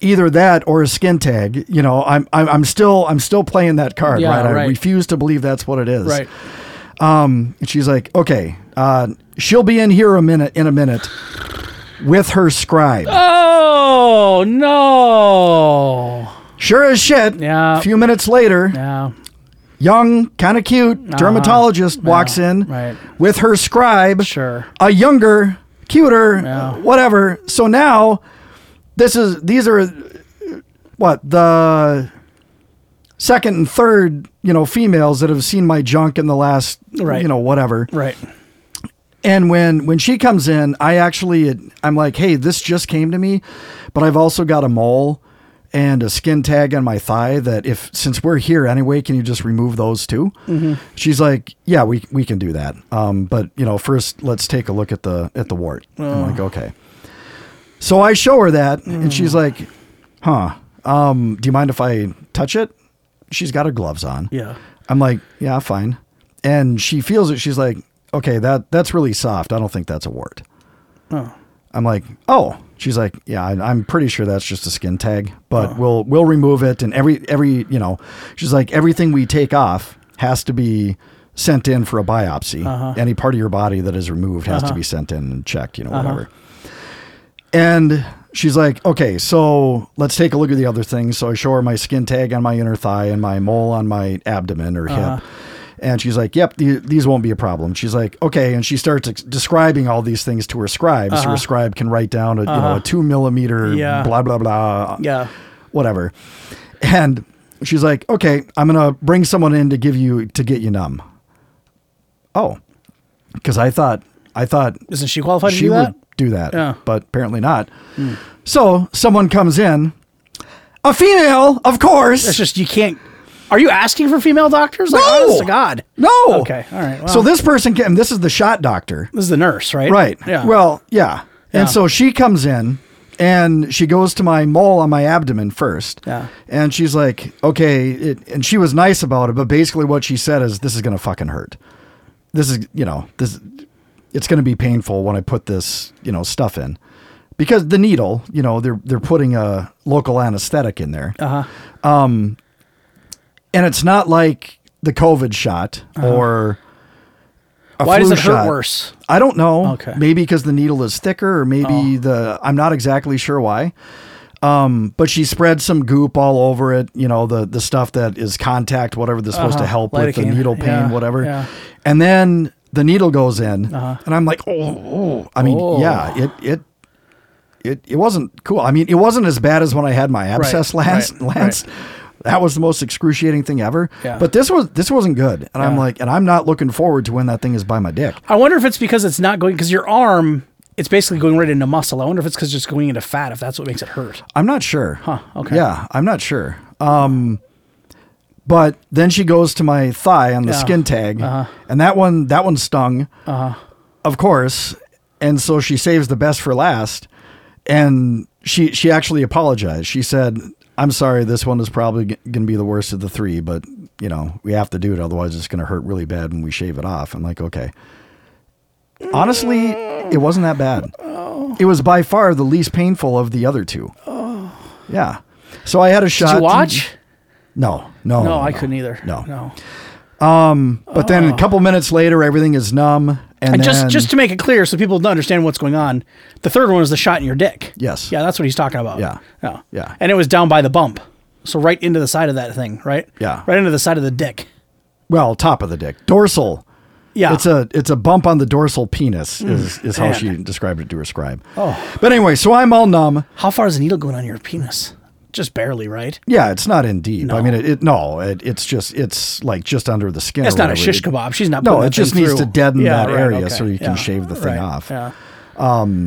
either that or a skin tag. You know, I'm I'm, I'm still I'm still playing that card,
Yeah,
right? I
right.
refuse to believe that's what it is.
Right.
And she's like, okay, uh, she'll be in here a minute in a minute with her scribe.
Oh no.
Sure as shit.
Yeah.
A few minutes later,
Yeah. Uh-huh.
young, kind of cute dermatologist walks in
right.
with her scribe.
Sure.
a younger, cuter,
Yeah.
whatever. So now this is these are what the second and third, you know, females that have seen my junk in the last
Right.
you know, whatever.
Right.
And when when she comes in, I actually I'm like, hey, this just came to me, but I've also got a mole and a skin tag on my thigh that if since we're here anyway, can you just remove those 2 She's like, yeah, we we can do that. Um, but you know, first let's take a look at the at the wart. I'm like, okay. So I show her that, and she's like, huh. Um, do you mind if I touch it? She's got her gloves on.
Yeah.
I'm like, yeah, fine. And she feels it. She's like, okay, that that's really soft. I don't think that's a wart. I'm like, oh. She's like, yeah, I, I'm pretty sure that's just a skin tag, but we'll we'll remove it. And every every you know, she's like, everything we take off has to be sent in for a biopsy. Any part of your body that is removed has to be sent in and checked. You know, whatever. And she's like, okay, so let's take a look at the other things. So I show her my skin tag on my inner thigh and my mole on my abdomen or
Uh-huh.
hip. And she's like, yep, the, these won't be a problem. She's like, okay. And she starts ex- describing all these things to her scribe. So her scribe can write down a, you know, a two millimeter
Uh-huh. Yeah.
blah, blah, blah,
Yeah.
whatever. And she's like, okay, I'm going to bring someone in to give you, to get you numb. Oh, because I thought, I thought
Isn't she qualified to
she
do
would
that?
do that,
Yeah. Hmm.
but apparently not. So someone comes in, a female, of course.
It's just you can't. Are you asking for female doctors? Like,
No!
honest to God.
no.
Okay, all right, well.
So this person came. This is the shot doctor,
This is the nurse, right?
right?
Yeah.
Well, yeah.
Yeah.
And so she comes in, and she goes to my mole on my abdomen first.
Yeah.
And she's like, okay, it, and she was nice about it, but basically what she said is, this is gonna fucking hurt. This is, you know, this, it's gonna be painful when I put this, you know, stuff in. Because the needle, you know, they're they're putting a local anesthetic in there. Uh-huh. Um, and it's not like the COVID shot or a
Uh-huh. Why does
flu
it hurt
shot.
worse?
I don't know.
Okay. Oh.
Maybe because the needle is thicker, or maybe the I'm not exactly sure why. Um, but she spread some goop all over it. You know the the stuff that is contact, whatever that's supposed to
Uh-huh.
help with the
Lidocaine.
needle pain,
Yeah,
whatever.
yeah. Uh-huh.
And then the needle goes in, and I'm like, oh, oh. I mean,
Oh.
yeah, it it. It, it wasn't cool. I mean, it wasn't as bad as when I had my abscess
right,
last.
right.
last that was the most excruciating thing ever.
Yeah.
But this was this wasn't good, and I'm
Yeah.
like, and I'm not looking forward to when that thing is by my dick.
I wonder if it's because it's not going because your arm. It's basically going right into muscle. I wonder if it's because it's going into fat. If that's what makes it hurt.
I'm not sure. Huh.
okay.
Yeah, I'm not sure. Um, but then she goes to my thigh on the
Yeah. Uh-huh.
skin tag, and that one that one stung, of course. And so she saves the best for last, and she she actually apologized. She said, "I'm sorry, this one is probably g- going to be the worst of the three, but you know we have to do it, otherwise it's going to hurt really bad when we shave it off." I'm like, okay. Honestly, it wasn't that bad. It was by far the least painful of the other two. Yeah. So I had a shot.
Did
to-
you watch?
no, no.
No, I couldn't either.
Uh, No.
no.
But then a couple minutes later, everything is numb. And,
And just
then-
just to make it clear, so people don't understand what's going on, the third one is the shot in your dick.
Yes.
Yeah, that's what he's talking about.
Yeah.
Yeah.
Yeah.
And it was down by the bump, so right into the side of that thing, right?
Yeah.
Right into the side of the dick.
well, top of the dick, dorsal.
Yeah.
It's a it's a bump on the dorsal penis is, is how
man.
she described it to her scribe.
Oh.
But anyway, so I'm all numb.
How far is the needle going on your penis? Just barely, right?
Yeah, it's not in deep. I mean, it, it no, it, it's just it's like just under the skin.
That's
or
not a
whatever.
shish kebab. She's not.
No,
putting
it
that thing
just needs to
through.
deaden
Yeah,
that
right,
area
okay,
so you
yeah,
can shave the thing
right,
off. Um,
Yeah.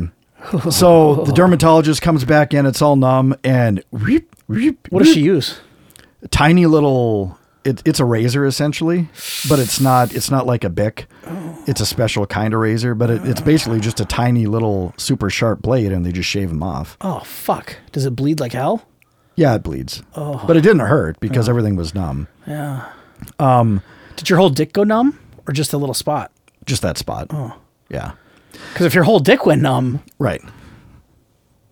So the dermatologist comes back in, it's all numb, and reep, reep,
What does
reep.
she use?
tiny little it, it's a razor essentially but it's not it's not like a bic
Oh.
it's a special kind of razor but it, it's basically just a tiny little super sharp blade and they just shave them off
Oh fuck! Does it bleed like hell?
yeah it bleeds oh. but it didn't hurt because
Oh.
everything was numb
Did your whole dick go numb, or just a little spot?
just that spot oh. yeah
Because if your whole dick went numb,
right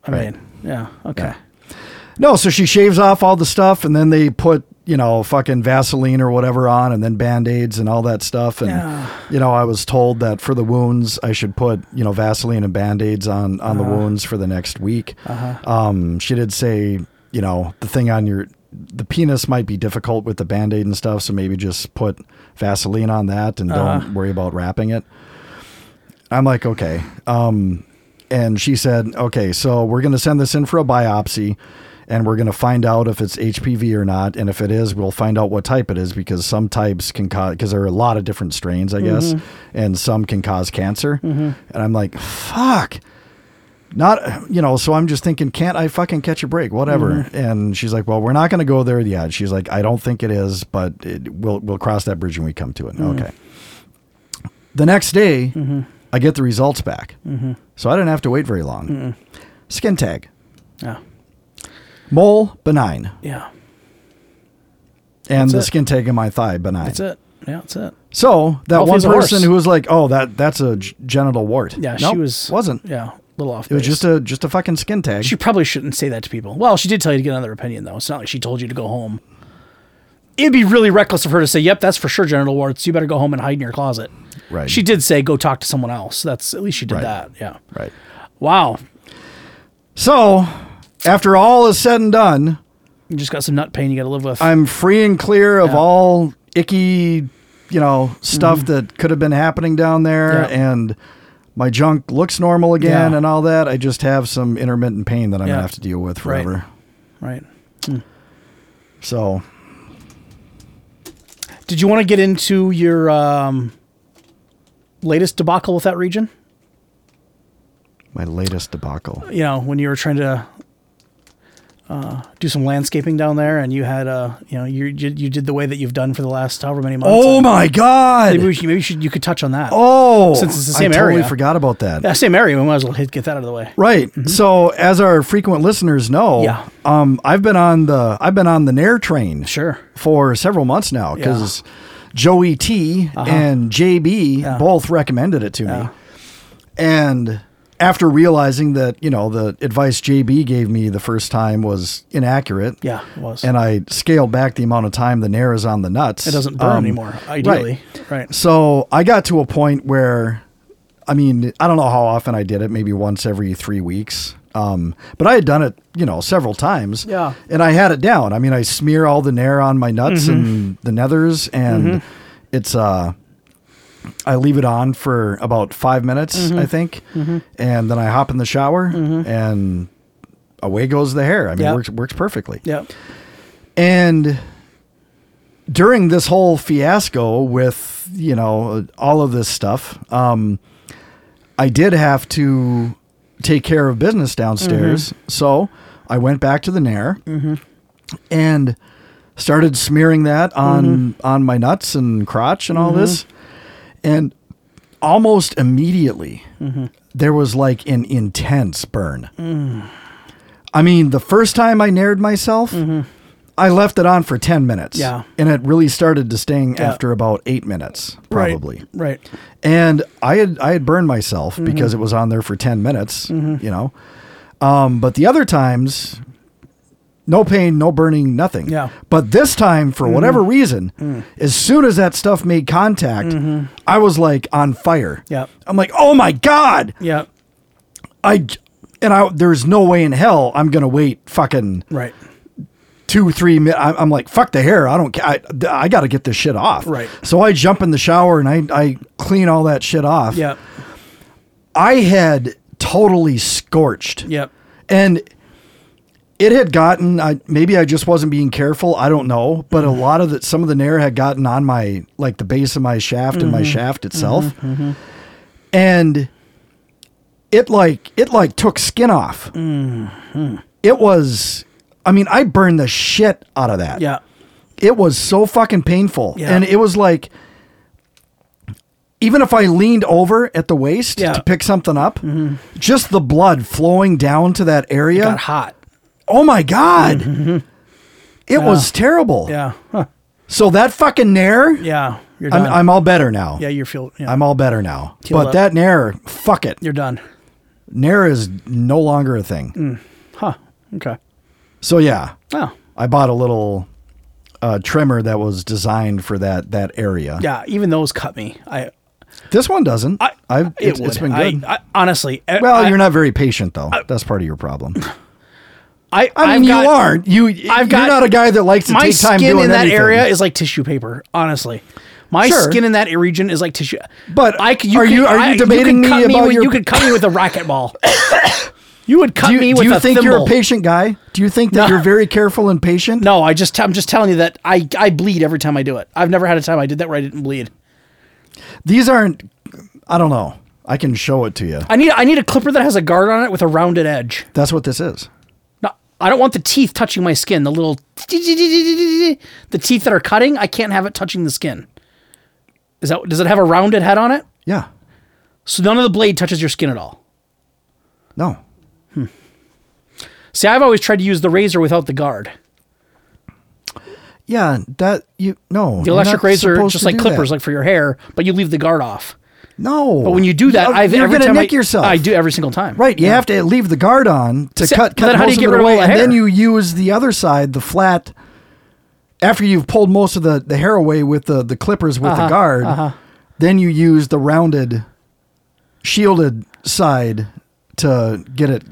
I
Right.
mean, yeah, okay.
Yeah. no so she shaves off all the stuff and then they put you know fucking vaseline or whatever on and then band-aids and all that stuff and
Yeah.
you know i was told that for the wounds i should put you know vaseline and band-aids on on the
Uh-huh.
wounds for the next week um she did say you know the thing on your the penis might be difficult with the band-aid and stuff so maybe just put vaseline on that and
Uh-huh.
don't worry about wrapping it i'm like okay um and she said okay so we're going to send this in for a biopsy and we're going to find out if it's HPV or not. And if it is, we'll find out what type it is because some types can cause, because there are a lot of different strains, I guess, and some can cause cancer. And I'm like, fuck. Not, you know, so I'm just thinking, can't I fucking catch a break? Whatever. And she's like, well, we're not going to go there yet. She's like, I don't think it is, but it, we'll, we'll cross that bridge when we come to it. Okay. The next day, I get the results back. So I didn't have to wait very long. Skin tag.
Yeah.
Mole benign.
Yeah.
And the
it.
skin tag in my thigh benign.
That's it. Yeah, that's it.
So that
Healthy
one
as a horse.
person who was like, "Oh, that that's a g- genital wart."
Yeah,
Nope,
she was
wasn't.
Yeah, a little off.
It was just a just a fucking skin tag.
She probably shouldn't say that to people. Well, she did tell you to get another opinion though. It's not like she told you to go home. It'd be really reckless of her to say, "Yep, that's for sure genital warts. You better go home and hide in your closet."
right.
She did say, "Go talk to someone else." That's at least she did
Right.
that. Yeah.
Right.
Wow.
So after all is said and done,
You just got some nut pain you got to live with.
I'm free and clear of
Yeah. Mm-hmm.
all icky, you know, stuff that could have been happening down there,
Yeah.
and my junk looks normal again
Yeah.
and all that. I just have some intermittent pain that I'm
Yeah.
gonna have to deal with
Right.
forever.
right.
So
Did you want to get into your um, latest debacle with that region?
my latest debacle.
You know, when you were trying to uh, do some landscaping down there, and you had, uh, you know, you you you did the way that you've done for the last however many months.
Oh
and
my god!
Maybe, we should, maybe we should, you could touch on that.
Oh,
Since it's the
I
same
totally
area.
forgot about that.
Yeah, same area. We might as well hit, get that out of the way.
Right. So, as our frequent listeners know,
Yeah.
um, I've been on the I've been on the Nair train
Sure.
for several months now because Joey T
Uh-huh.
and JB both recommended it to me, and after realizing that you know the advice JB gave me the first time was inaccurate,
Yeah, it was.
and I scaled back the amount of time the Nair is on the nuts.
it doesn't burn
um,
anymore, ideally. Right.
so I got to a point where, I mean, I don't know how often I did it, maybe once every three weeks. Um, but I had done it, you know, several times.
Yeah. Mm-hmm.
And I had it down. I mean, I smear all the nair on my nuts and the nethers, and it's, uh, I leave it on for about five minutes,
Mm-hmm.
I think. And then I hop in the shower and away goes the hair. I mean,
Yep.
works, works perfectly.
Yeah.
And during this whole fiasco with, you know, all of this stuff, um, I did have to take care of business downstairs.
Mm-hmm.
So I went back to the Nair and started smearing that on
Mm-hmm.
on my nuts and crotch and all this. And almost immediately
Mm-hmm.
there was like an intense burn.
Mm.
I mean, the first time I nared myself, I left it on for 10 minutes.
Mm-hmm. Yeah.
And it really started to sting
Yeah.
after about eight minutes, probably
Right.
and I had I had burned myself
Mm-hmm.
because it was on there for ten minutes, you know. Um, but the other times, no pain, no burning, nothing.
Yeah. Mm-hmm. Mm.
But this time, for whatever reason, as soon as that stuff made contact, I was like on fire.
Mm-hmm. Yeah.
I'm like, oh my god,
Yeah.
I j- and I there's no way in hell I'm gonna wait fucking
Right.
two, three minutes. I'm like, fuck the hair. I don't care. I, I got to get this shit off.
Right.
So I jump in the shower and I, I clean all that shit off.
Yeah.
I had totally scorched.
Yeah.
And it had gotten I maybe I just wasn't being careful, I don't know, but a lot of the some of the nair had gotten on my like the base of my shaft and my shaft itself. And it like it like took skin off. It was I mean, I burned the shit out of that
Yeah.
it was so fucking painful
Yeah.
and it was like even if i leaned over at the waist
Yeah. Mm-hmm.
to pick something up just the blood flowing down to that area
Got hot. Mm-hmm.
oh my god it was terrible
Yeah. Huh.
so that fucking nair
Yeah. You're
I'm,
done.
I'm all better now
yeah, you're feel. Yeah.
i'm all better now
Healed
but
up.
that nair fuck it
you're done.
nair is no longer a thing
Mm. Huh. Okay.
so yeah
Oh.
i bought a little uh, trimmer that was designed for that that area
Yeah. Even those cut me. I.
This one doesn't. I, I've,
It
it's,
would.
it's been good.
I, I, honestly. I-
well,
I,
you're not very patient though. That's part of your problem.
I.
I
I've
mean,
got-
you aren't. You.
I've
you're
got-
not a guy that likes to
my
take time
skin
doing
in that
anything.
area is like tissue paper. Honestly, my
Sure.
skin in that region is like tissue.
But
I c-
are you- are you
I-
debating
can
me
cut
about
with-
your-
You could cut me with a rocket ball. You would cut
do you,
me
do
with
you
a
think
thimble.
you're a patient guy? Do you think that
No.
you're very careful and patient?
No, I just I'm just telling you that I I bleed every time I do it. I've never had a time I did that where I didn't bleed.
These aren't. I don't know. I can show it to you.
I need I need a clipper that has a guard on it with a rounded edge.
That's what this is.
No, I don't want the teeth touching my skin. The little the teeth that are cutting, I can't have it touching the skin. Is that does it have a rounded head on it?
Yeah.
So none of the blade touches your skin at all.
No.
See, I've always tried to use the razor without the guard.
Yeah. That you no.
The electric razor, just like clippers, like for your hair, but you leave the guard off.
no.
But when you do that,
You're-
I've
you're
every
gonna
time
nick
I,
yourself.
I do every single time.
Right, you have to leave the guard on to
So-
cut,
then
cut
how do
most
you get
of it
rid of all
away,
the
and
hair?
then you use the other side, the flat. After you've pulled most of the, the hair away with the, the clippers with
Uh-huh,
the guard, then you use the rounded, shielded side to get it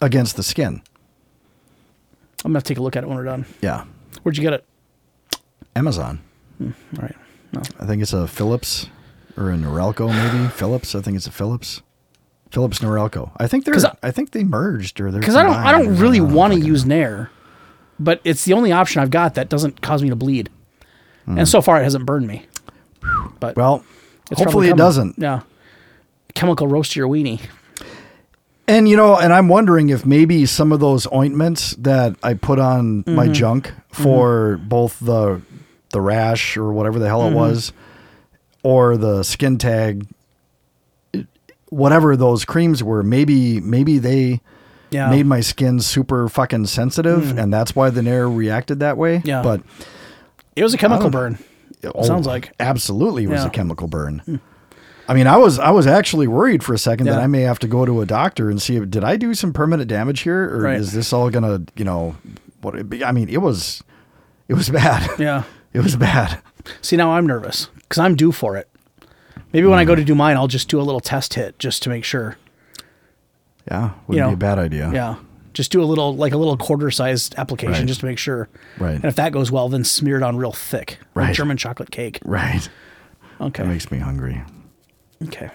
against the skin.
I'm gonna take a look at it when we're done.
Yeah,
Where'd you get it?
Amazon.
All right. No.
I think it's a Phillips or a Norelco, maybe Phillips. I think it's a Phillips. Phillips Norelco. I think they're.
'Cause I-
I, think they merged or they're.
Because I don't I don't
combined.
really
know.
want to use Nair, but it's the only option I've got that doesn't cause me to bleed.
Hmm.
And so far it hasn't burned me. But
Well,
it's probably
hopefully it
coming.
doesn't.
Yeah. Chemical roast to your weenie.
And you know, and I'm wondering if maybe some of those ointments that I put on
Mm-hmm.
my junk for both the the rash or whatever the hell
Mm-hmm.
it was, or the skin tag, whatever those creams were, maybe maybe they
Yeah. Mm.
made my skin super fucking sensitive, and that's why the nair reacted that way.
Yeah.
but
it was a
I
chemical
don't-
burn.
oh,
Sounds like.
absolutely was
Yeah. Hmm.
a chemical burn. I mean, I was I was actually worried for a second that
Yeah.
I may have to go to a doctor and see if did I do some permanent damage here, or
Right.
is this all gonna you know what? It be? I mean, it was it was bad.
Yeah.
it was bad.
See, now I'm nervous because I'm due for it. Maybe when I go to do mine, I'll just do a little test hit just to make sure.
Yeah, would
You
not
know,
be a bad idea.
Yeah. Just do a little, like a little quarter sized application
Right.
just to make sure.
Right.
And if that goes well, then smear it on real thick. like
Right.
German chocolate cake.
right.
Okay.
That makes me hungry.
okay.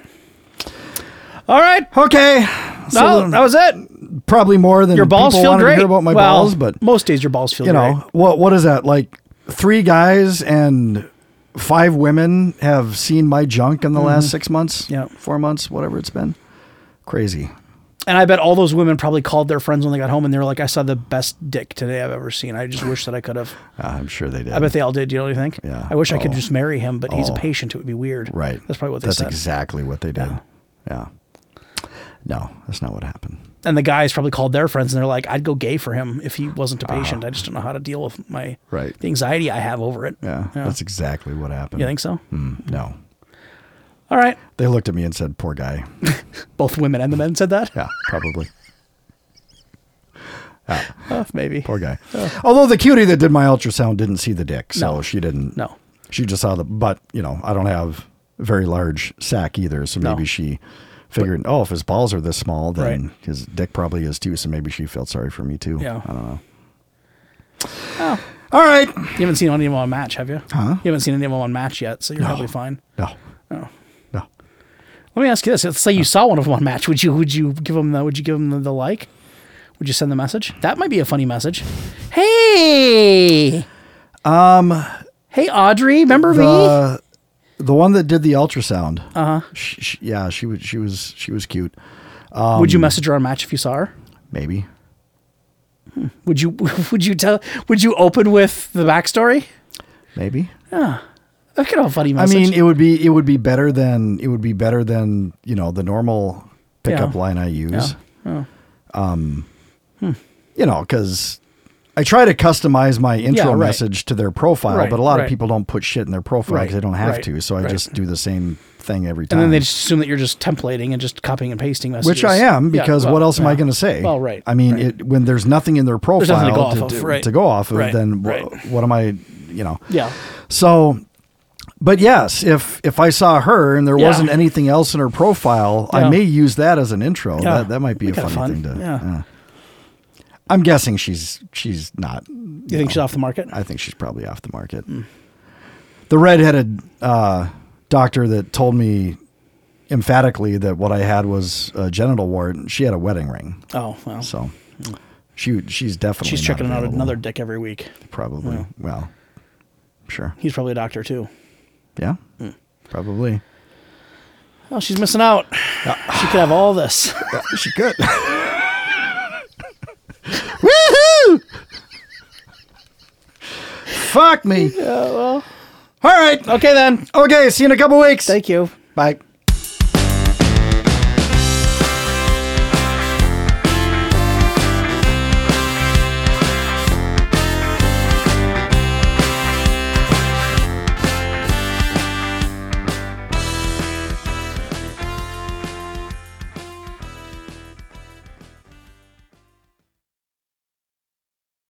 All right.
Okay, so
well, that was it.
probably more than
Your balls
people
feel
wanted to
great.
hear about my
Well,
balls, but
most days your balls feel
you know
great.
what what is that like three guys and five women have seen my junk in the last six months
Yeah.
four months whatever it's been crazy
And I bet all those women probably called their friends when they got home and they were like, I saw the best dick today I've ever seen. I just wish that I could have.
Uh, i'm sure they did
I bet they all did. You know what I think?
Yeah.
I wish I could
Oh.
just marry him, but he's a
Oh.
patient. It would be weird.
right
That's probably what they
that's
said.
exactly what they did yeah. no that's not what happened
and the guys probably called their friends and they're like, I'd go gay for him if he wasn't a patient. I just don't know how to deal with my
Right.
the anxiety I have over it.
yeah, that's exactly what happened
you think so?
Mm, no
All right.
they looked at me and said poor guy
Both women and the men said that.
yeah probably
Uh, maybe.
poor guy although the cutie that did my ultrasound didn't see the dick so
No.
she didn't
No.
She just saw the, but you know, I don't have a very large sack either, so
No.
maybe she figured, oh, if his balls are this small, then
Right.
his dick probably is too. So maybe she felt sorry for me too.
Yeah.
I don't know.
Oh,
All right.
you haven't seen any of them on match, have you?
Huh?
You haven't seen any of them on match yet, so you're probably fine.
No.
Oh.
No.
Let me ask you this: Let's say you saw one of them on match. Would you would you give them the Would you give them the, the like? Would you send the message? That might be a funny message. Hey. Um. Hey, Audrey. Remember me?
Um, The the one that did the ultrasound.
Uh-huh.
Uh huh. Yeah, she was. She was. She was cute.
would
um,
you message her on match if you saw her?
Maybe.
Would you would you tell would you open with the backstory?
Maybe.
Look at how funny
I
message.
mean, it would be. It would be better than. It would be better than you know the normal pickup
Yeah. Oh. Hmm.
line I use. Um, you know, because I try to customize my intro
Yeah, right.
message to their profile,
Right,
but a lot
right.
of people don't put shit in their profile
Right,
because they don't have
right,
to. So I
right.
just do the same thing every time.
and then they just assume that you're just templating and just copying and pasting messages.
which I am
Yeah,
because
well,
what else am I
yeah.
going to say?
Well, right,
I mean,
right.
it, when there's nothing in their
nothing
profile
to go
to,
off
do-
of, right.
to go off of,
Right,
then wh-
right.
what am I? You know.
Yeah.
So, but yes, if if I saw her and there
Yeah.
wasn't anything else in her profile,
Yeah.
I may use that as an intro.
Yeah.
That that might be a
Make it
funny
fun.
thing to.
Yeah.
I'm guessing she's she's not.
You think she's off the market?
I think she's probably off the
Hmm.
market. The redheaded uh, doctor that told me emphatically that what I had was a genital wart. and She had a wedding ring,
Oh, well.
so she she's definitely
she's
not
checking out
available,
another dick every week.
probably. Well, sure,
He's probably a doctor, too.
yeah,
Hmm.
probably.
Oh, she's missing out. she could have all this.
She could. Woohoo! Fuck me. Yeah, well. All right.
okay, then.
Okay. See you in a couple weeks.
Thank you.
Bye.